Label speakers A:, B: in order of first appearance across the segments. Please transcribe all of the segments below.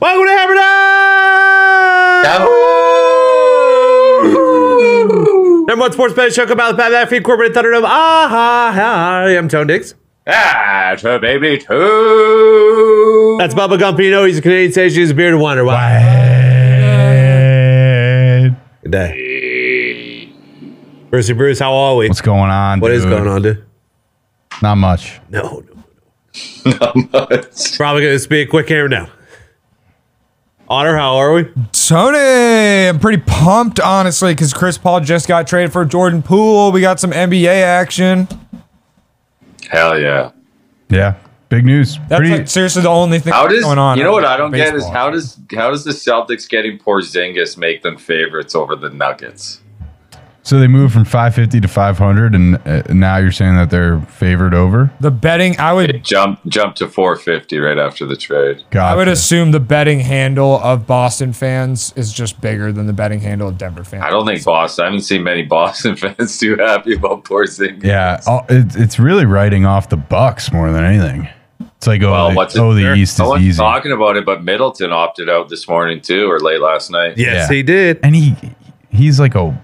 A: Welcome to Hammer Down! Number one sports betting show come out with Bad Feed Corporate Thunderdome. Ah, ha, ha. I am Tone Diggs.
B: That's a baby too.
A: That's Bubba Gumpino. He's a Canadian station. He's a bearded wonder. Wow. Good day. Brucey Bruce, how are we?
C: What's going on?
A: What is
C: dude?
A: going on, dude?
C: Not much.
A: No, no, no. Probably going to be a quick hammer down. Otter, how are we?
D: Tony, I'm pretty pumped, honestly, because Chris Paul just got traded for Jordan Poole. We got some NBA action.
B: Hell yeah.
C: Yeah. Big news.
D: That's
C: Pretty,
D: like seriously the only thing
B: How does
D: going on.
B: you know
C: uh,
B: what I don't
D: baseball.
B: get is how does how does the Celtics getting Porzingis make them favorites over the Nuggets?
C: so they moved from 550 to 500, and uh, now you're saying that they're favored over?
D: the betting. I would
B: Jump jump to 450 right after the trade.
C: God.
D: I would assume the betting handle of Boston fans is just bigger than the betting handle of Denver fans.
B: I don't think Boston. I haven't seen many Boston fans too happy about Porzingis.
C: yeah. all- It, it's really writing off the Bucks more than anything. It's like, oh,
B: Well,
C: the-
B: what's it-
C: oh the East
B: no
C: is
B: one's
C: easy.
B: talking about it, but Middleton opted out this morning too, or late last night.
A: Yes,
C: Yeah.
A: he did.
C: And he he's like a.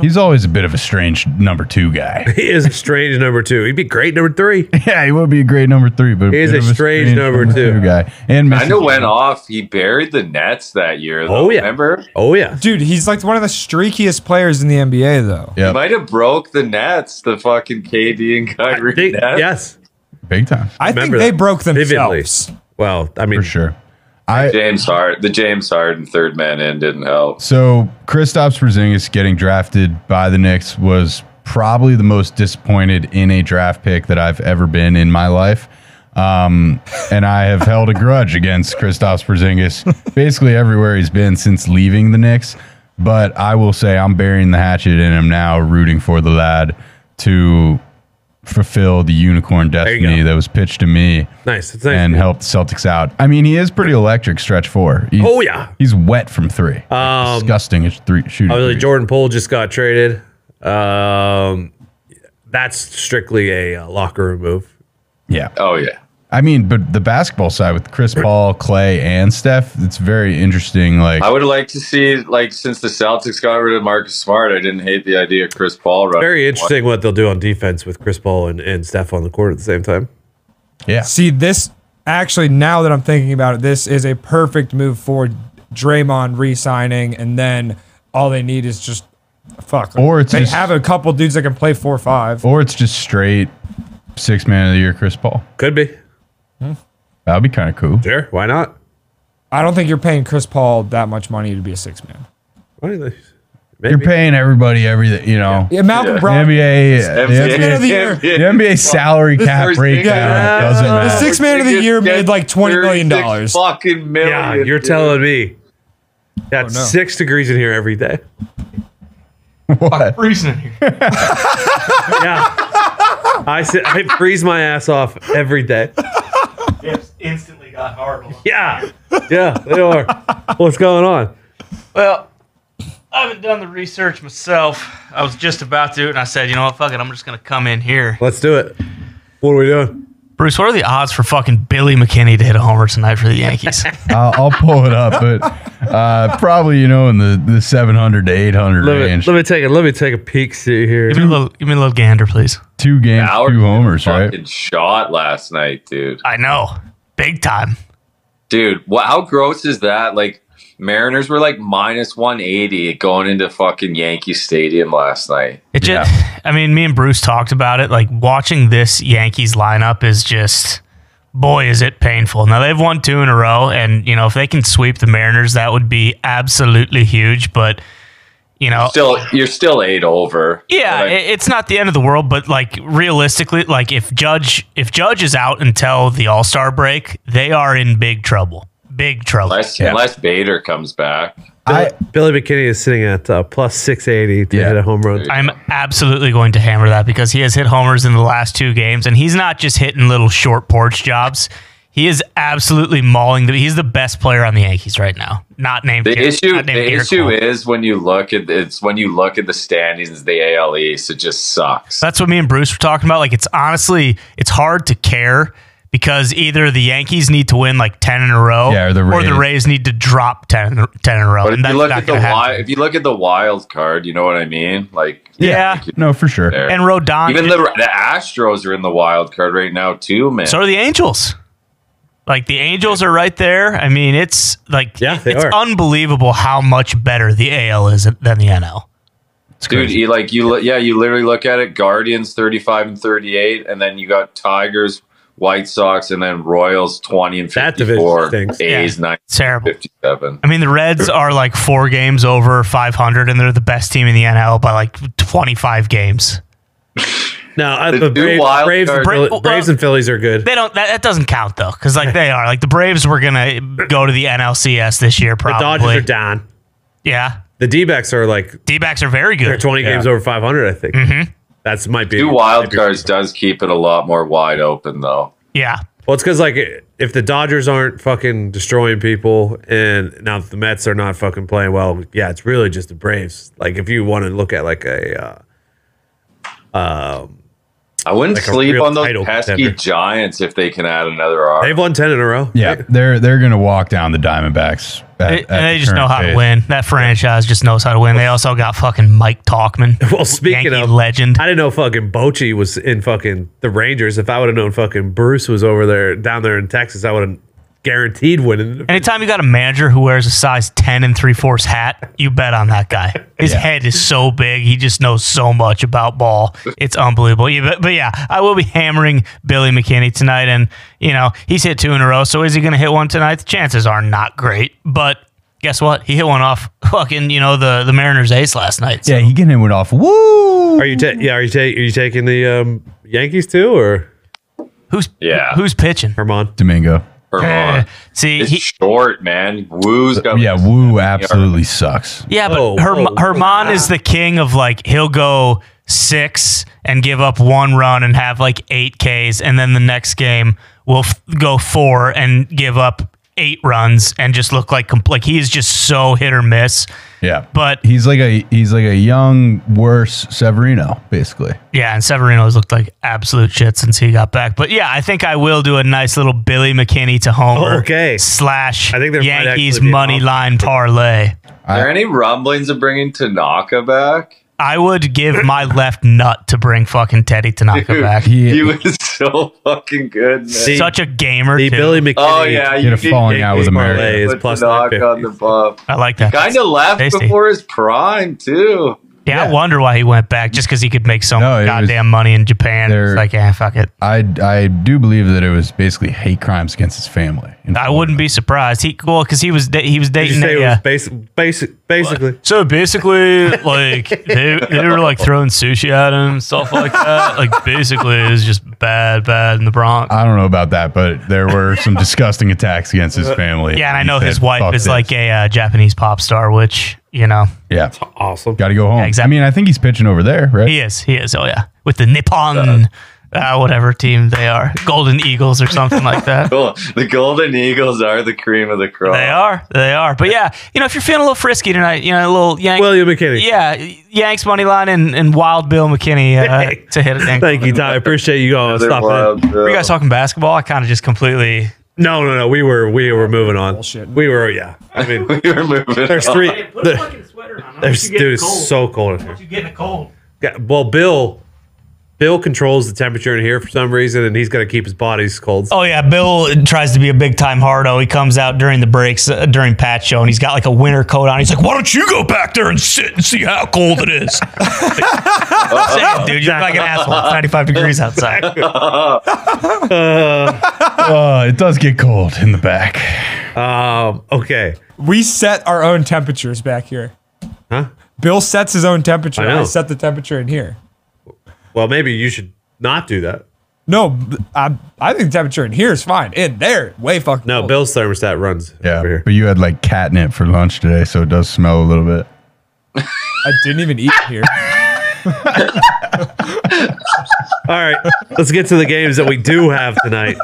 C: He's always a bit of a strange number two guy.
A: He is a strange number two. He'd be great number three.
C: yeah, he would be a great number three, but
A: He's
C: bit
A: a
C: of
A: strange number two.
C: guy. And
B: I
C: Mrs.
B: know went off. He buried the Nets that year. Though,
A: Oh, yeah.
B: remember
A: Oh, yeah.
D: Dude, he's like one of the streakiest players in the NBA, though.
C: Yeah,
B: he might have broke the Nets, the fucking KD and Kyrie
A: Think-
B: Nets.
A: yes.
C: big time
D: I think
A: Remember
D: they
A: that
D: broke
A: vividly.
D: themselves.
A: Well, I mean,
C: for sure. I
B: James Hard, the James Harden third man in didn't help.
C: So Kristaps Porzingis getting drafted by the Knicks was probably the most disappointed in a draft pick that I've ever been in my life. Um, and I have held a grudge against Kristaps Porzingis basically everywhere he's been since leaving the Knicks. But I will say I'm burying the hatchet and I'm now rooting for the lad to fulfill the unicorn
A: you go.
C: destiny that was pitched to me
A: nice. It's nice. Oh,
C: and help the Celtics out. I mean, he is pretty electric stretch four. He's-
A: Oh, yeah.
C: He's wet from three.
A: Um,
C: Disgusting. It's three shooting.
A: Obviously,
C: threes.
A: Jordan Poole just got traded. Um, that's strictly a uh, locker room move.
C: yeah.
B: Oh yeah,
C: I mean, but the basketball side with Chris Paul, Clay, and Steph, it's very interesting. Like,
B: I would have liked to see like since the Celtics got rid of Marcus Smart, I didn't hate the idea of Chris Paul running.
A: Very interesting what they'll do on defense with Chris Paul and, and Steph on the court at the same time.
C: yeah.
D: See, this actually, now that I'm thinking about it, this is a perfect move for Draymond re signing, and then all they need is just fuck.
C: Or it's
D: they
C: just-
D: have a couple dudes that can play 4 5.
C: Or it's just straight six man of the year, Chris Paul.
A: Could be.
C: That would be kind of cool.
A: Sure. Why not?
D: I don't think you're paying Chris Paul that much money to be a six man.
A: Why do they-
C: You're
A: Maybe.
C: paying everybody everything, you know.
D: Yeah, Malcolm
B: Yeah.
D: Brogdon.
C: NBA,
B: NBA,
C: the
D: Man of the
C: NBA,
D: year.
C: the NBA salary
B: This
C: cap
B: first
C: breakdown
B: year.
C: doesn't
D: Yeah.
C: matter.
D: Six man of the year made, like, $20 million
B: $36 Fucking million.
A: Yeah, you're
B: dude.
A: telling me. That's
D: no.
A: six degrees in here every day.
C: What?
E: Freezing in here.
A: Yeah. I, sit, I freeze my ass off every day.
E: It instantly got horrible.
A: Yeah. Yeah, they are. What's going on?
E: Well, I haven't done the research myself. I was just about to, and I said, you know what, fuck it, I'm just gonna come in here.
A: Let's do it. What are we doing?
E: Bruce, what are the odds for fucking Billy McKinney to hit a homer tonight for the Yankees?
C: I'll, I'll pull it up, but uh, probably, you know, in the, the 700 to 800
A: Let me,
C: range.
A: let me take a let me take a peek see here.
E: give me a little, give me a little gander, please.
C: Two games,
B: Howard
C: two homers, right?
B: Fucking shot last night, dude.
E: I know, big time.
B: Dude, wha how gross is that? Like, Mariners were like minus 180 going into fucking Yankee Stadium last night.
E: It just, I mean, me and Bruce talked about it. Like watching this Yankees lineup is just, boy, is it painful. Now they've won two in a row, and you know if they can sweep the Mariners, that would be absolutely huge. But you know,
B: Still, you're still eight over.
E: yeah,
B: Like,
E: it- it's not the end of the world. But like realistically, like if Judge if Judge is out until the All Star break, they are in big trouble. Big trouble.
B: unless, unless Bader comes back.
C: I,
A: Billy McKinney is sitting at uh, plus 680 to
C: Yeah.
A: hit a home run.
E: I'm absolutely going to hammer that because he has hit homers in the last two games, and he's not just hitting little short porch jobs. He is absolutely mauling. The, he's the best player on the Yankees right now. Not named.
B: The
E: Gar-
B: issue,
E: not named
B: the
E: Garrett
B: issue
E: Cole.
B: is when you look at it's when you look at the standings, the AL East, it just sucks.
E: That's what me and Bruce were talking about. Like it's honestly, it's hard to care because either the Yankees need to win like 10 in a row
C: Yeah, or the
E: or the
C: Rays.
E: Rays need to drop 10, in- 10 in a row.
B: But if
E: and that's
B: you look
E: not
B: at the
E: going to happen.
B: wild, if you look at the wild card, you know what I mean. Like
E: Yeah.
C: No, for sure.
B: there.
E: And Rodon.
B: even the the Astros are in the wild card right now too, man.
E: so are the Angels. Like the Angels are right there. I mean, it's like
A: Yeah, they
E: it's
A: are.
E: unbelievable how much better the AL is than the NL.
C: It's
B: Dude,
C: crazy.
B: you, like you, li- yeah, you literally look at it. Guardians thirty-five and thirty-eight, and then you got Tigers, White Sox, and then Royals twenty and
A: That division
B: fifty-four.
A: stinks.
B: A's nine
E: Terrible.
B: fifty-seven.
E: I mean, the Reds are like four games over 500, and they're the best team in the NL by like 25 games.
A: Now, uh,
B: The
A: the
B: two
A: Braves,
B: wild
A: Braves, and
B: card-
A: Philly-
E: Bra-
A: Braves and Phillies are good.
E: They don't. That, that doesn't count though, because like they are. Like the Braves were gonna go to the NLCS this year,
A: The Dodgers
E: probably.
A: are down.
E: yeah,
A: The D-backs are like
E: D-backs are very
A: they're
E: good.
A: 20 games over 500, I think. That's might be
B: Two
A: might
B: wild
A: be-
B: cards does keep it a lot more wide open, though.
E: yeah,
A: Well, it's because like if the Dodgers aren't fucking destroying people, and now the Mets are not fucking playing well, yeah, it's really just the Braves. Like if you want to look at like a, uh, um,
B: I wouldn't
A: Like a
B: sleep
A: real
B: on those
A: title
B: pesky
A: contender.
B: Giants if they can add another R.
A: they've won 10 in a row.
C: yeah,
A: right?
C: they're they're gonna walk down the Diamondbacks. at-
E: They-
C: at
E: and they
C: the
E: just know
C: current
E: how
C: pace.
E: to win. That franchise just knows how to win. They also got fucking Mike Talkman.
A: Well, speaking
E: Yankee
A: of
E: legend,
A: I didn't know fucking Bochy was in fucking the Rangers. If I would have known fucking Bruce was over there down there in Texas, I would have guaranteed winning.
E: anytime you got a manager who wears a size 10 and three fourths hat, you bet on that guy. His
C: Yeah.
E: head is so big. He just knows so much about ball. It's unbelievable. Yeah, but, but yeah, I will be hammering Billy McKinney tonight. And, you know, he's hit two in a row. So is he going to hit one tonight? The chances are not great. But guess what? He hit one off fucking, you know, the, the Mariners ace last night. So.
C: Yeah, he getting it off. Woo!
A: Are you ta- yeah? Are you ta- are you taking the um, Yankees too or
E: Who's,
B: Yeah.
E: who's pitching?
A: Herman?
C: Domingo?
E: Eh,
B: Vermont.
E: See,
B: It's
E: he,
B: short, man. Woo's
E: Oh,
B: got
C: Yeah, Woo absolutely sucks.
E: Yeah, but
A: Whoa,
E: Her-
A: whoa, whoa.
E: Herman is the king of like he'll go six and give up one run and have like eight Ks, and then the next game will f- go four and give up eight runs and just look like compl- like he is just so hit or miss.
C: Yeah,
E: But
C: he's like a he's like a young worse Severino basically.
E: yeah, and Severino's looked like absolute shit since he got back. But yeah, I think I will do a nice little Billy McKinney to Homer
A: Oh, okay.
E: slash
A: I think there might
E: Yankees
A: actually be an
E: money
A: option.
E: line parlay.
B: Are there any rumblings of bringing Tanaka back?
E: I would give my left nut to bring fucking Teddy Tanaka
B: Dude,
E: back.
C: He
B: He was so fucking good, man.
A: See,
E: such a gamer.
A: The
E: too.
A: Billy McKinney.
B: oh yeah,
C: Get a
B: did
C: falling
B: get
C: out with
B: Tanaka
A: parlay
C: America.
A: is
B: with
A: plus
B: Tanaka
A: 950.
B: on the buff.
E: I like that.
B: Kind of left
E: Tasty.
B: before his prime too.
E: yeah,
C: yeah.
E: I wonder why he went back just because he could make so
C: No,
E: much
C: it was-
E: goddamn money in Japan.
C: They're-
E: It's like, yeah, fuck it.
C: I I do believe that it was basically hate crimes against his family. in
E: I
C: Florida.
E: wouldn't be surprised. He well, because he was da- he was
A: Did you
E: dating.
A: say
E: a,
A: it was
E: uh,
A: basic, basic, basically?
E: so basically, like they, they were like throwing sushi at him, stuff like that. Like basically, it was just bad, bad in the Bronx.
C: I don't know about that, but there were some disgusting attacks against his family.
E: yeah, and I
C: He
E: know his
C: said,
E: wife
C: "Fuck
E: is
C: this."
E: like a uh, Japanese pop star, which you know
C: yeah,
A: Awesome.
C: got to go home.
E: exactly.
C: I mean, I think he's pitching over there, right?
E: he is. He is. Oh yeah, with the Nippon, uh, whatever team they are, Golden Eagles or something like that.
B: Cool. The Golden Eagles are the cream of the crop.
E: They are. They are. But yeah, you know, if you're feeling a little frisky tonight, you know, a little Yank,
A: William McKinney.
E: yeah, Yanks money line and, and Wild Bill McKinney uh, to hit it.
A: Thank you, Ty. I appreciate you all
B: They're
A: stopping. in.
B: wild,
E: Were
B: though.
E: you guys talking basketball? I kind of just completely.
A: No, no, no. We were we were moving on.
D: Bullshit.
A: We were yeah. I mean,
B: we were moving.
A: there's
B: on.
A: three. there-
E: fucking sweater on.
A: There's dude. It's so cold in here.
E: You getting a cold?
A: Yeah, Well, Bill. Bill controls the temperature in here for some reason, and he's gonna keep his bodies cold.
E: Oh yeah, Bill tries to be a big time hardo. He comes out during the breaks uh, during Pat show, and he's got like a winter coat on. He's like, "Why don't you go back there and sit and see how cold it is?" Same, dude, you're fucking asshole. It's 95 degrees outside.
C: Uh, it does get cold in the back.
A: Um, okay.
D: We set our own temperatures back here.
A: Huh?
D: Bill sets his own temperature.
A: I
D: I,
A: know.
D: set the temperature in here.
A: Well, maybe you should not do that.
D: No, b- I, I think the temperature in here is fine. In there, way fucking
A: No,
D: cold.
A: Bill's thermostat runs
C: Yeah,
A: over here.
C: but you had like catnip for lunch today, so it does smell a little bit.
D: I didn't even eat here.
A: All right, let's get to the games that we do have tonight.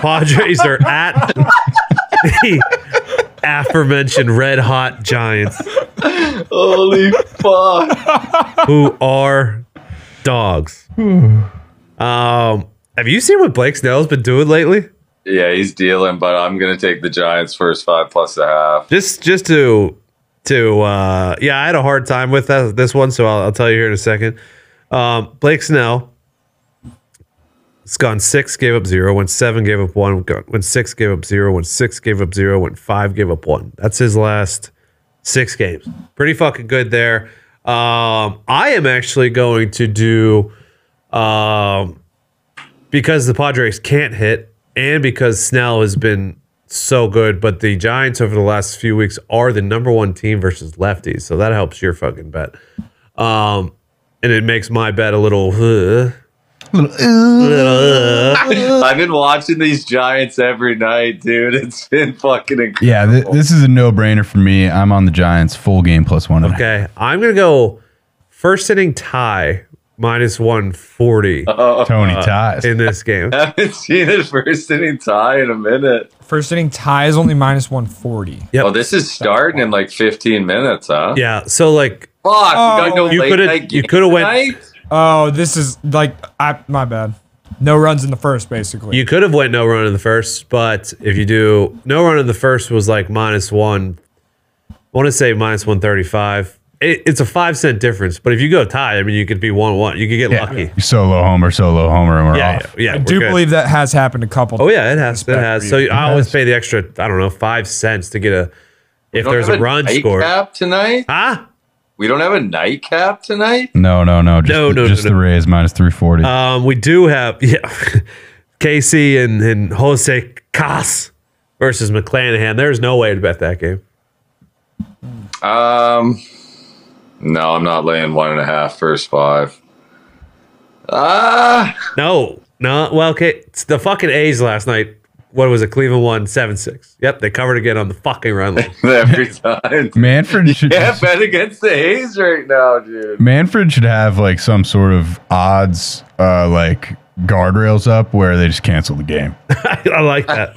A: Padres are at the aforementioned red hot Giants,
B: Holy fuck!
A: who are dogs. Um, Have you seen what Blake Snell's been doing lately?
B: Yeah, he's dealing, but I'm gonna take the Giants first five plus a half.
A: Just just to to uh yeah, I had a hard time with that, this one, so I'll, I'll tell you here in a second. Um, Blake Snell. It's gone six, gave up zero, went seven, gave up one, go- went six, gave up zero, went six, gave up zero, went five, gave up one. That's his last six games. Pretty fucking good there. Um, I am actually going to do um, because the Padres can't hit and because Snell has been so good, but the Giants over the last few weeks are the number one team versus lefties, so that helps your fucking bet. Um, and it makes my bet a little. uh,
B: I've been watching these Giants every night, dude. It's been fucking incredible.
C: Yeah, th-
A: Oh.
C: this is a no-brainer for me. I'm on the Giants full game plus one. and a half.
A: Okay, I'm gonna go first inning tie minus one forty
C: Tony
A: Uh,
C: ties.
A: in this game.
B: I haven't seen a first inning tie in a minute.
D: First inning tie is only minus 140.
A: Yep.
B: Oh, this is starting in like 15 minutes, huh?
A: Yeah, so like
B: Fuck, we got no
A: you
B: late
A: coulda-
B: night
A: you
B: game
A: coulda went-
B: tonight?
D: Oh, this is like I my bad. No runs in the first, basically.
A: you could have went no run in the first, but if you do no run in the first was like minus one. I want to say minus one thirty five. It, it's a five cent difference, but if you go tie, I mean, you could be one one. You could get
C: Yeah.
A: lucky.
C: Solo homer, solo homer, and we're
A: Yeah, yeah,
C: off.
A: yeah,
D: I
A: we're
D: do
A: good.
D: believe that has happened a couple.
A: Oh yeah, it has. It
D: Respect
A: has.
D: for
A: So I always
C: has.
A: pay the extra. I don't know, five cents to get a if
B: We don't
A: there's
B: have
A: a run
B: night
A: score. Ah,
B: cap tonight?
A: Huh?
B: We don't have a nightcap tonight?
C: No, no, no. Just,
A: No,
C: the,
A: no,
C: just
A: no, no.
C: the Rays minus 340.
A: Um, we do have yeah, Casey and, and Jose Cas versus McClanahan. There's no way to bet that game.
B: Um, no, I'm not laying one and a half first five. Ah,
A: No, no. Well, okay, it's the fucking A's last night. What was it? Cleveland won seven six. Yep, they covered again on the fucking run line.
B: every time.
C: Manfred should
B: Yeah, bet against the A's right now, dude.
C: Manfred should have like some sort of odds uh like guardrails up where they just cancel the game.
A: I like that.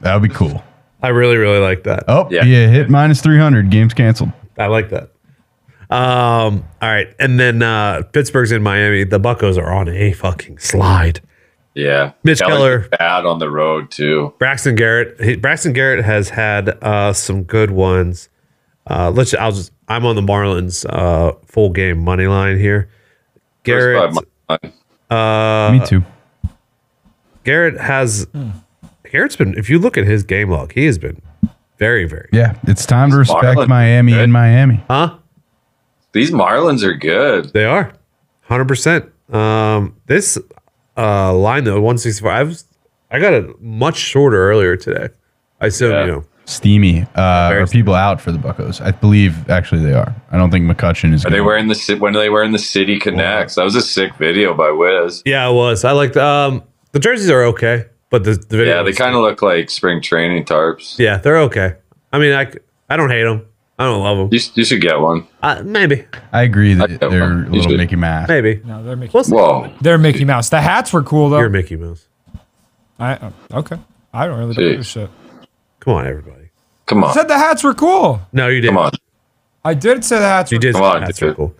C: That would be cool.
A: I really, really like that.
C: Oh,
B: Yeah.
C: yeah, hit minus 300, game's canceled.
A: I like that. Um, all right, and then uh, Pittsburgh's in Miami. The Buccos are on a fucking slide.
B: Yeah,
A: Mitch
B: Kelly's
A: Keller.
B: bad on the road too.
A: Braxton Garrett. He, Braxton Garrett has had uh, some good ones. Uh, let's. I'll just. I'm on the Marlins uh, full game money line here. Garrett.
B: First five months.
A: Uh,
C: Me too.
A: Garrett has. Garrett's been. If you look at his game log, he has been very, very.
C: Yeah, it's time to respect
B: Marlins
C: Miami
B: good.
C: in Miami.
A: Huh?
B: These Marlins are good.
A: They are. Hundred percent. Um, this uh, line though, 164. I was. I got it much shorter earlier today. I assume
B: Yeah.
A: you know.
C: Steamy. Uh,
A: Very
C: are people out for the Buckos? I believe actually they are. I don't think McCutcheon is.
B: Are they
C: gonna-
B: wearing the ci- when are they wearing the City Connects? That was a sick video by Wiz.
A: Yeah, it was. I liked. Um, the jerseys are okay, but the, the video
B: Yeah, they
A: was-
B: kind of look like spring training tarps.
A: Yeah, they're okay. I mean, I, c- I don't hate them. I don't love them.
B: You, you should get one.
A: Uh, maybe,
C: I agree
B: I
C: that
B: don't know.
C: they're a
B: You
C: little
B: should.
C: Mickey Mass.
A: maybe.
D: No, they're Mickey.
A: We'll see.
B: Whoa,
D: They're Mickey Mouse. The hats were cool though.
A: You're Mickey Mouse.
D: I, uh, okay. I don't really give a
B: Jeez.
D: shit.
A: Come on, everybody.
B: come
D: I
B: on,
D: said the hats were cool.
A: No, you didn't.
B: come on.
D: I did say the hats.
A: You
D: were
A: did.
B: Come on,
A: That's
B: dude.
A: cool.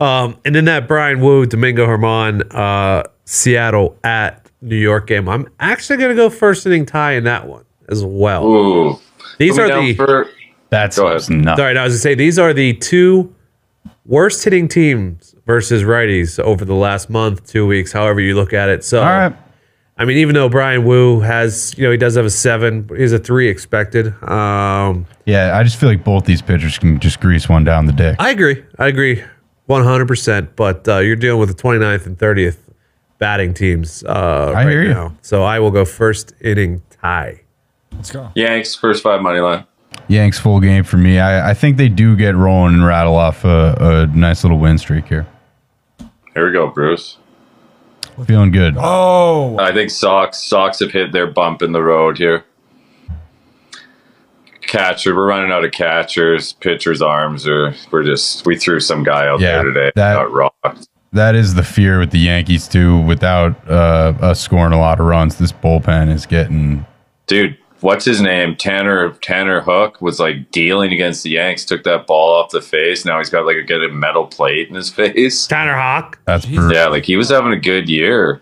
A: Um, and then that Brian Wu, Domingo Herman, uh, Seattle at New York game. I'm actually gonna go first inning tie in that one as well.
B: Ooh,
A: these
B: Put me
A: are
B: down
A: the.
B: for-
C: That's
B: Go ahead.
C: nuts.
A: sorry, no, I was gonna say these are the two worst hitting teams versus righties over the last month, two weeks, however you look at it. So.
C: All right.
A: I mean, even though Brian Wu has, you know, he does have a seven, but he has a three expected. Um,
C: Yeah, I just feel like both these pitchers can just grease one down the dick.
A: I agree. I agree 100%. But uh, you're dealing with the 29th and 30th batting teams uh,
C: I
A: right
C: hear you.
A: now. So I will go first inning tie.
D: Let's go.
B: Yanks first five money line.
C: Yanks full game for me. I, I think they do get rolling and rattle off a, a nice little win streak here.
B: Here we go, Bruce.
C: Feeling good.
D: Oh,
B: I think Sox Sox have hit their bump in the road here. Catcher, we're running out of catchers. Pitchers' arms are we're just we threw some guy out
C: Yeah,
B: there today.
C: that-
B: got rocked.
C: That is the fear with the Yankees too. Without uh, us scoring a lot of runs, this bullpen is getting.
B: Dude, what's his name? Tanner Tanner Hook was like dealing against the Yanks. Took that ball off the face. Now he's got like a good metal plate in his face.
A: Tanner Hawk.
C: That's brutal.
B: Yeah, like he was having a good year.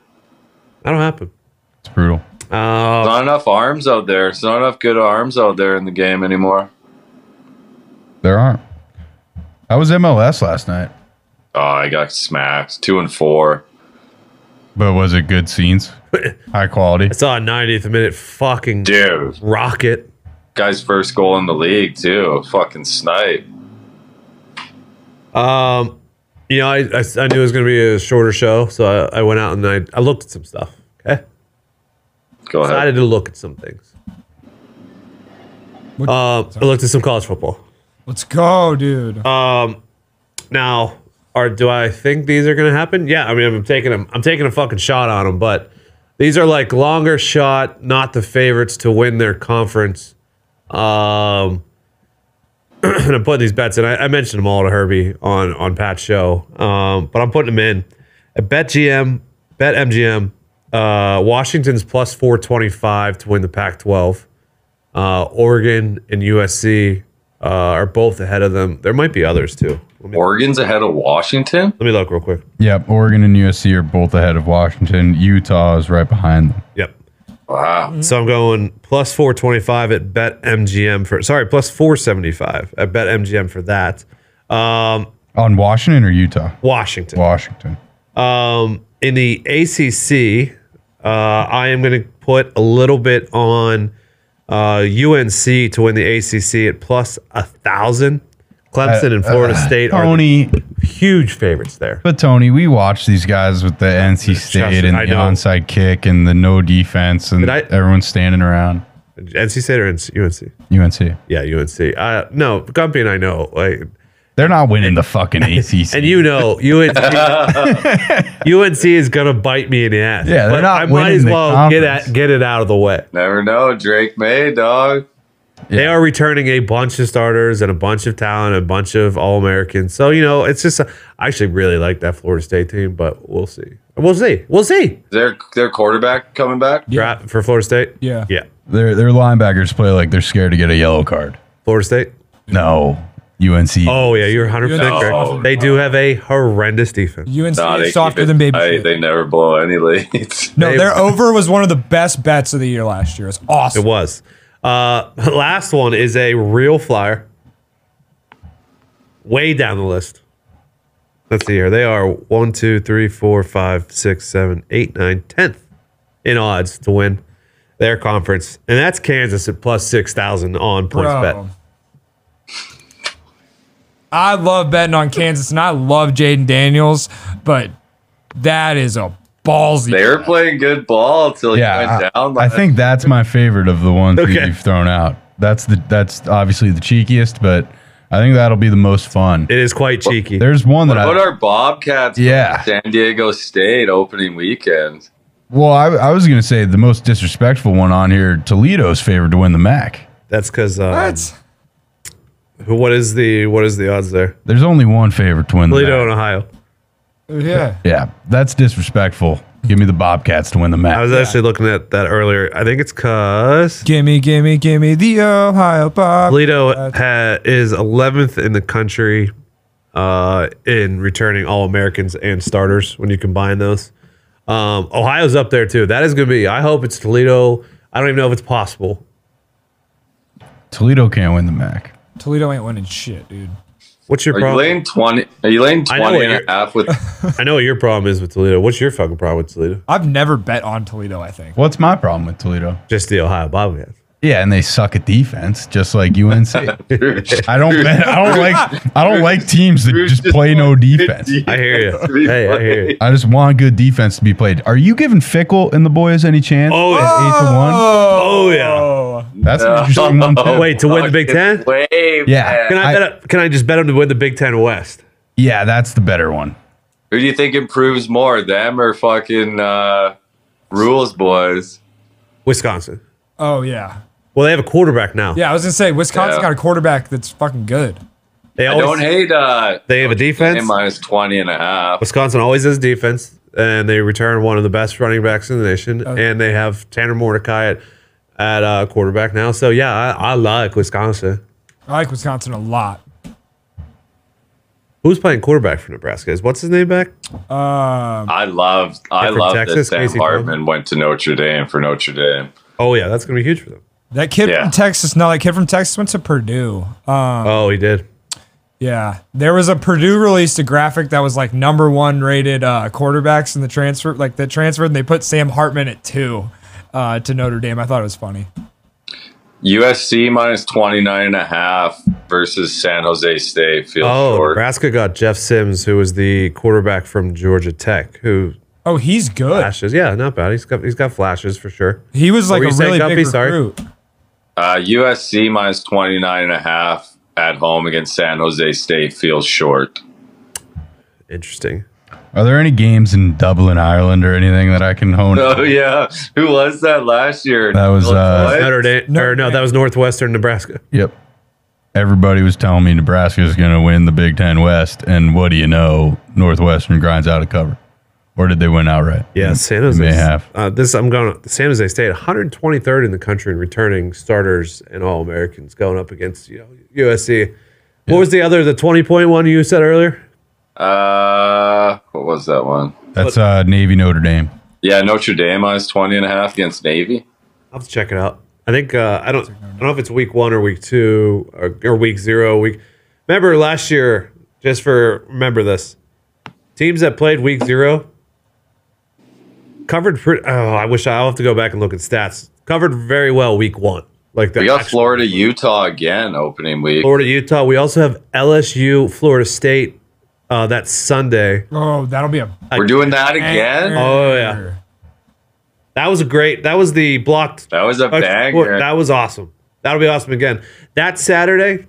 A: That'll happen.
C: It's brutal.
A: Uh,
B: Not enough arms out there. There's not enough good arms out there in the game anymore.
C: There aren't. I was MLS last night,
B: Oh, I got smacked. Two and four.
C: but was it good scenes? High quality.
A: I saw a 90th minute fucking
B: Dude,
A: rocket.
B: guy's first goal in the league too. Fucking snipe.
A: Um, you know, I, I, I knew it was going to be a shorter show, so I, I went out and I, I looked at some stuff. Okay.
B: Go
A: Decided
B: ahead.
A: to look at some things.
D: What-
A: Uh, I looked at some college football.
D: Let's go, dude.
A: Uh, Now, are do I think these are going to happen? Yeah, I mean, I'm taking them. I'm taking a fucking shot on them, but these are like longer shot, not the favorites to win their conference. Um, and I'm putting these bets in. I, I mentioned them all to Herbie on on Pat's show, um, but I'm putting them in. I bet GM, bet MGM. Uh, Washington's plus 425 to win the Pac-12. Uh, Oregon and USC uh, are both ahead of them. There might be others too. Let me
B: Oregon's ahead of Washington.
A: let me look real quick.
C: Yep. Oregon and USC are both ahead of Washington. Utah is right behind them.
A: Yep.
B: Wow.
A: So I'm going plus 425 at Bet MGM for sorry, plus 475 at Bet MGM for that. Um,
C: On Washington or Utah?
A: Washington.
C: Washington.
A: Um, in the ACC, uh, I am going to put a little bit on uh, UNC to win the ACC at plus a thousand. Clemson and Florida State are the
C: Tony,
A: Uh, huge favorites there.
C: but Tony, we watched these guys with the NC State and
A: I
C: the
A: know.
C: onside kick and the no defense and
A: Did I-
C: everyone standing around.
A: NC State or UNC?
C: UNC.
A: Yeah, UNC. Uh, no, Gumpy and I know. Like,
C: They're not winning the fucking ACC.
A: And you know, UNC, UNC is gonna bite me in the ass.
C: Yeah, they're
A: but
C: not
A: I might
C: winning
A: as
C: the
A: well get
C: conference.
A: at, get it out of the way.
B: Never know. Drake May, dog.
A: They are returning a bunch of starters and a bunch of talent, a bunch of All Americans. So you know, it's just I actually really like that Florida State team, but we'll see. We'll see. We'll see.
B: Their their quarterback coming back.
D: Yeah.
A: Dra- For Florida State,
D: Yeah.
A: yeah,
C: their their linebackers play like they're scared to get a yellow card.
A: Florida State.
C: No, UNC.
A: Oh yeah, you're 100 percent
D: No.
A: correct. They do have a horrendous defense.
D: UNC
B: Nah, they
D: is
B: keep
D: softer
B: it
D: than baby.
B: tight.
D: shit.
B: They never blow any leads.
D: no,
A: they-
D: their over was one of the best bets of the year last year. It's awesome.
A: It was. Uh, last one is a real flyer. Way down the list. Let's see here. They are one, two, three, four, five, six, seven, eight, nine, tenth in odds to win their conference, and that's Kansas at plus six thousand on points
D: Bro.
A: bet.
D: I love betting on Kansas, and I love Jaden Daniels, but that is a ballsy.
B: They were playing good ball till he
C: yeah.
B: went
C: I,
B: down.
C: I think that's my favorite of the ones
A: Okay.
C: that you've thrown out. That's the that's obviously the cheekiest, but I think that'll be the most fun.
A: It is quite cheeky.
C: There's one that
B: What
C: I
B: are Bobcats? from
C: Yeah.
B: San Diego State opening weekend.
C: well, I, I was gonna say the most disrespectful one on here. Toledo's favored to win the MAC.
A: That's because um,
D: What?
A: who? What is the what is the odds there?
C: There's only one favorite to win the
A: Toledo
C: MAC.
A: and Ohio.
D: Yeah.
C: Yeah, that's disrespectful. Give me the Bobcats to win the
A: I
C: MAC.
A: was actually looking at that earlier. I think it's cause
D: Gimme, gimme, gimme the uh, Ohio Bob.
A: Toledo ha- is 11th in the country uh, in returning All Americans and starters when you combine those. Um, Ohio's up there too. That is going to be. I hope it's Toledo. I don't even know if it's possible.
C: Toledo can't win the MAC.
D: Toledo ain't winning shit, dude.
A: What's your
B: Are you
A: problem?
B: laying twenty? Are you laying
A: I know
B: twenty
A: what
B: and a
A: you're-
B: half with?
A: I know what your problem is with Toledo. What's your fucking problem with Toledo?
D: I've never bet on Toledo, I think.
C: What's my problem with Toledo?
A: Just the Ohio Bobcats.
C: Yeah, and they suck at defense, just like UNC. I don't. I don't like. I don't like teams that just play no defense.
A: I hear you. Hey, I hear you.
C: I just want good defense to be played. Are you giving Fickle and the boys any chance?
A: Oh,
C: at eight to one.
A: Oh yeah.
C: That's an interesting one too.
A: Wait to win the Big Ten.
B: Way,
C: Yeah.
A: Can
B: man.
A: I,
C: I-
A: bet, can I just bet them to win the Big Ten West?
C: Yeah, that's the better one.
B: Who do you think improves more, them or fucking uh, rules boys?
A: Wisconsin.
D: Oh, yeah.
A: Well, they have a quarterback now.
D: Yeah, I was going to say, Wisconsin
B: Yeah.
D: got a quarterback that's fucking good.
A: They
B: I
A: always,
B: don't hate. Uh,
A: They have a defense.
B: A minus 20 and a half.
A: Wisconsin always has defense, and they return one of the best running backs in the nation, and they have Tanner Mordecai at, at uh, quarterback now. So yeah, I, I like Wisconsin.
D: I like Wisconsin a lot.
A: Who's playing quarterback for Nebraska? Is what's his name back?
D: Um,
B: I love I
A: from
B: love
A: Texas,
B: that
A: Casey
B: Sam Hartman went to Notre Dame for Notre Dame.
A: Oh yeah, that's gonna be huge for them.
D: that kid
B: Yeah.
D: from Texas. No, that kid from Texas went to Purdue. Um,
A: Oh, he did.
D: yeah, there was a Purdue released a graphic that was like number one rated uh, quarterbacks in the transfer, like the transfer, and they put Sam Hartman at two uh, to Notre Dame. I thought it was funny.
B: USC minus 29 and a half versus San Jose State feels
A: Oh,
B: short.
A: Nebraska got Jeff Sims, who was the quarterback from Georgia Tech, who
D: Oh, he's good.
A: flashes. Yeah, not bad. He's got he's got flashes for sure.
D: He was like
A: were
D: a
A: you saying,
D: really big
A: Guppy? Sorry.
D: recruit.
B: Uh, USC minus 29 and a half at home against San Jose State feels short.
A: Interesting.
C: Are there any games in Dublin, Ireland, or anything that I can hone?
B: Oh yeah, who was that last year?
C: That was, uh,
B: Illinois?
A: Notre Dame,
D: Notre
A: or no,
D: Dame.
A: that was Northwestern Nebraska.
C: Yep. Everybody was telling me Nebraska's going to win the Big Ten West, and what do you know? Northwestern grinds out a cover, or did they win outright?
A: Yeah, San Jose.
C: Mm-hmm. may have.
A: Uh, this I'm going. San Jose State, 123rd in the country in returning starters and all Americans, going up against you know USC. What was the other the 20 point one you said earlier?
B: Uh, what was that one?
C: That's uh, Navy Notre Dame.
B: Yeah, Notre Dame minus 20 and a half against Navy.
A: I'll have to check it out. I think uh, I don't. I don't know if it's week one or week two or, or week zero. Week. Remember last year, just for remember this, teams that played week zero covered. Pretty, oh, I wish I, I'll have to go back and look at stats. Covered very well week one. Like the
B: We got
A: actual-
B: Florida, Utah again opening week.
A: Florida, Utah. We also have LSU, Florida State. Uh, that's Sunday.
D: Oh, that'll be a
B: We're doing that again.
A: Oh, yeah. That was a great. That was the blocked
B: That was a
A: That's-
B: banger.
A: That was awesome. That'll be awesome again. That Saturday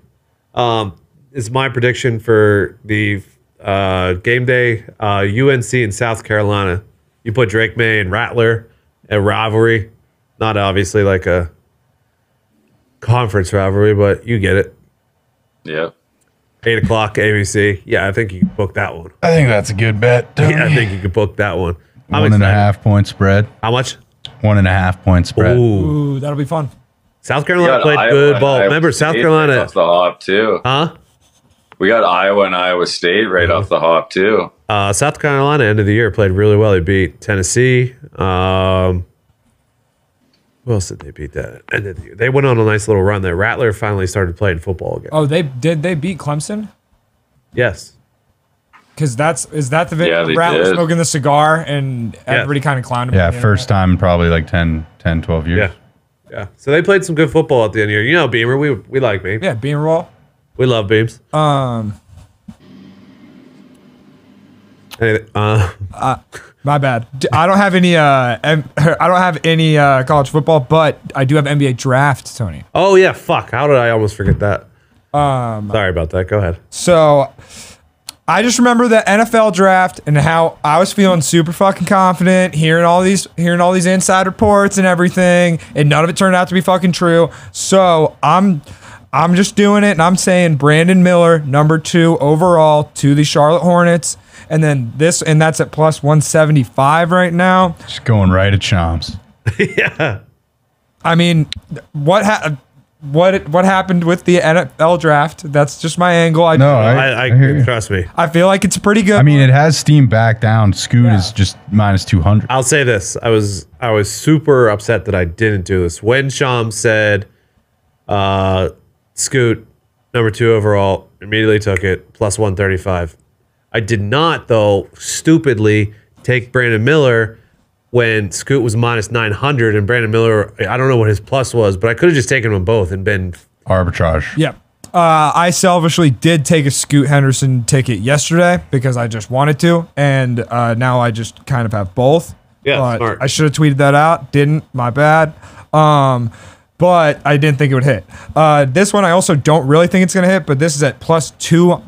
A: um, is my prediction for the uh, game day uh, UNC in South Carolina. You put Drake May and Rattler, a rivalry, not obviously like a conference rivalry, but you get it.
B: yeah.
A: Eight o'clock ABC. Yeah, I think you can book that one.
C: I think that's a good bet.
A: Yeah, I think you can book that one. I'm
C: One and a
A: excited.
C: half point spread.
A: How much?
C: One and a half point spread.
A: Ooh,
D: Ooh, that'll be fun.
A: South
B: We
A: Carolina
B: got
A: played
B: Iowa
A: good
B: and
A: ball.
B: Iowa
A: Remember South
B: State right
A: Carolina?
B: off the hop too.
A: Huh?
B: We got Iowa and Iowa State right off the hop too.
A: Uh, South Carolina end of the year played really well. They beat Tennessee. Um, who else did they beat that end of the year? They went on a nice little run there. Rattler finally started playing football again.
D: Oh, they did they beat Clemson?
A: Yes.
D: Because that's is that the
B: Yeah,
D: video
B: they
D: Rattler
B: did.
D: smoking the cigar and everybody kind of clowned him.
C: Yeah,
D: on the
C: first
D: internet?
C: time in probably like 10, 10 12 years.
A: Yeah. Yeah. So they played some good football at the end of the year. You know, Beamer, we we like Beam.
D: Yeah, bean roll.
A: We love Beams.
D: Um,
A: Anyway, uh,
D: my bad. D- I don't have any. Uh, M- I don't have any uh, college football, but I do have NBA draft, Tony.
A: oh, yeah. Fuck. How did I almost forget that? Um, Sorry about that. Go ahead.
D: So I just remember the NFL draft and how I was feeling super fucking confident, hearing all these hearing all these inside reports and everything, and none of it turned out to be fucking true. So I'm I'm just doing it and I'm saying Brandon Miller, number two overall to the Charlotte Hornets. And then this and that's at plus one seventy five right now.
C: Just going right at Chomps.
D: I mean, what ha- what what happened with the NFL draft? That's just my angle. I
C: No, I,
A: I,
C: I,
A: I,
C: hear you.
A: trust me.
D: I feel like it's pretty good.
C: I mean, it has steam back down. Scoot is just minus 200.
A: I'll say this: I was I was super upset that I didn't do this when Sham said, uh, "Scoot, number two overall." Immediately took it plus one thirty five. I did not, though, stupidly take Brandon Miller when Scoot was minus nine hundred, and Brandon Miller. I don't know what his plus was, but I could have just taken them both and been.
C: Arbitrage.
D: Yep. Uh, I selfishly did take a Scoot Henderson ticket yesterday because I just wanted to, and uh, now I just kind of have both.
A: Yeah,
D: But
A: smart.
D: I should have tweeted that out. Didn't. My bad. Um, but I didn't think it would hit. Uh, this one I also don't really think it's gonna hit, but this is at plus two,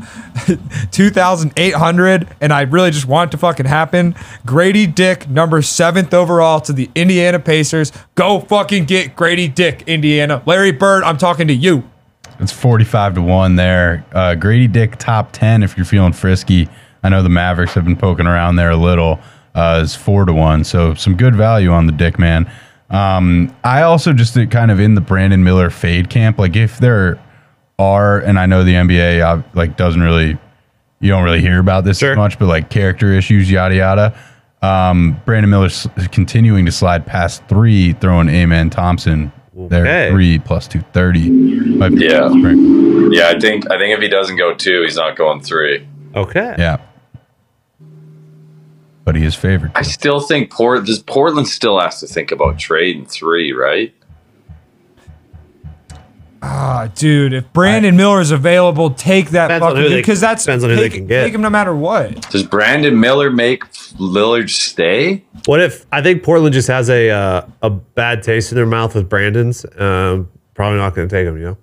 D: two thousand eight hundred, and I really just want it to fucking happen. Grady Dick, number seventh overall to the Indiana Pacers. Go fucking get Grady Dick, Indiana. Larry Bird, I'm talking to you.
C: It's 45 to 1 there. Uh, Grady Dick top 10 if you're feeling frisky. I know the Mavericks have been poking around there a little. Uh, is 4 to 1. So some good value on the Dick man. Um, I also just did kind of in the Brandon Miller fade camp. Like if there are, and I know the NBA uh, like doesn't really you don't really hear about this
A: Sure.
C: as much, but like character issues, yada yada. Um, Brandon Miller's continuing to slide past three, throwing Amen Thompson there
A: Okay.
C: at three plus two thirty. Might be-
B: Yeah. Yeah, I think I think if he doesn't go two, he's not going three.
A: Okay.
C: yeah. But he is favored.
B: I still think Port does Portland still has to think about trading three, right?
D: Ah, dude, if Brandon Miller is available, take that
A: Depends on
D: fucking
A: who
D: dude
A: they-
D: because that's
A: depends on who they
D: take,
A: can get.
D: Take him no matter what.
B: Does Brandon Miller make Lillard stay?
A: What if I think Portland just has a uh, a bad taste in their mouth with Brandon's? Um, probably not going to take him. You know,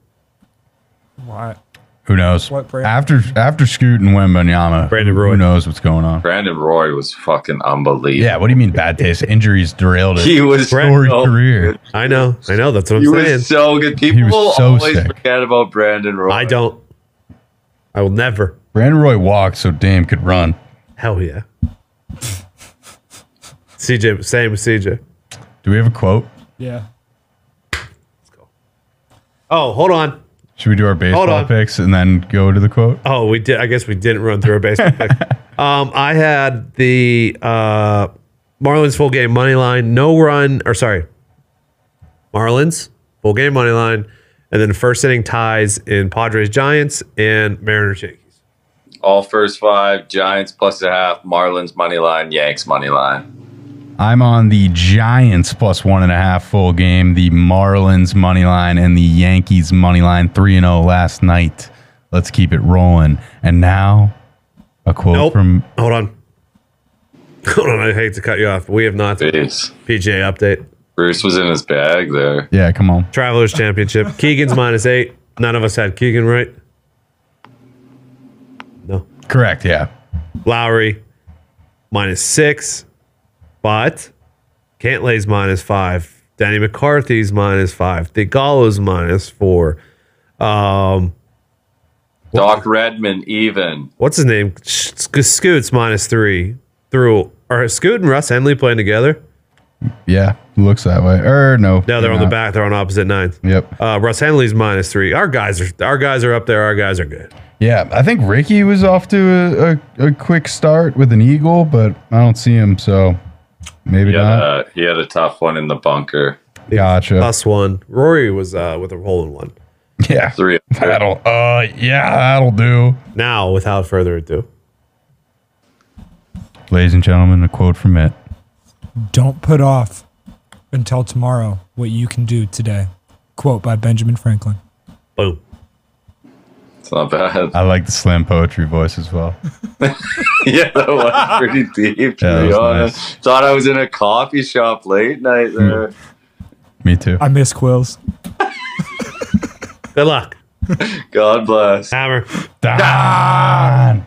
D: What?
C: Who knows?
D: What brand?
C: After after Scoot and Wembanyama,
A: Brandon Roy.
C: Who knows what's going on?
B: Brandon Roy was fucking unbelievable.
C: Yeah. What do you mean bad taste? Injuries derailed his
B: He was
C: storied
B: so
C: career.
A: I know, I know. That's what I'm
B: He
A: saying.
B: was so good. People
C: was
B: will
C: so
B: always
C: sick.
B: forget about Brandon Roy.
A: I don't. I will never.
C: Brandon Roy walked so Dame could run.
A: Hell yeah. CJ, same with CJ.
C: Do we have a quote?
D: Yeah.
A: Oh, hold on.
C: Should we do our baseball
A: on.
C: picks and then go to the quote?
A: Oh, we did. I guess we didn't run through our baseball pick. Um, I had the uh, Marlins full game money line, no run, or sorry, Marlins full game money line, and then first inning ties in Padres Giants and Mariners Yankees.
B: All first five, Giants plus a half, Marlins money line, Yanks money line.
C: I'm on the Giants plus one and a half full game, the Marlins money line, and the Yankees money line three and zero last night. Let's keep it rolling. And now, a quote
A: Nope.
C: from
A: Oh, Hold on. Hold on. I hate to cut you off. But we have not.
B: Jeez.
A: PGA update.
B: Bruce was in his bag there.
C: yeah, come on,
A: Travelers Championship. Keegan's minus eight. None of us had Keegan right. No.
C: correct, yeah,
A: Lowry minus six, but Cantlay's minus five. Danny McCarthy's minus five. DeGallo's minus four. Um,
B: Doc Redman even.
A: what's his name? Sh- Sc- Scoot's minus three. Through are Scoot and Russ Henley playing together?
C: yeah, looks that way. Or no,
A: No, they're on the
C: not.
A: back. They're on opposite nines.
C: Yep,
A: Uh, Russ Henley's minus three. Our guys are our guys are up there. Our guys are good.
C: yeah. I think Ricky was off to a, a, a quick start with an eagle, but I don't see him, so maybe
B: He had,
C: not.
B: a, he had a tough one in the bunker.
C: Gotcha.
A: Plus one. Rory was uh, with a hole in one.
C: yeah,
B: Three.
C: that'll uh, yeah, that'll do.
A: Now, without further ado,
C: Ladies and gentlemen, a quote from it.
D: Don't put off until tomorrow what you can do today. Quote by Benjamin Franklin.
A: boom.
B: It's not bad.
C: I like the slam poetry voice as well.
B: yeah, that was pretty deep, to
C: Yeah, that
B: be
C: was
B: honest. Thought I was in a coffee shop late night there.
C: Me too.
D: I miss Quills.
A: Good luck,
B: God bless.
A: Hammer.
C: Don!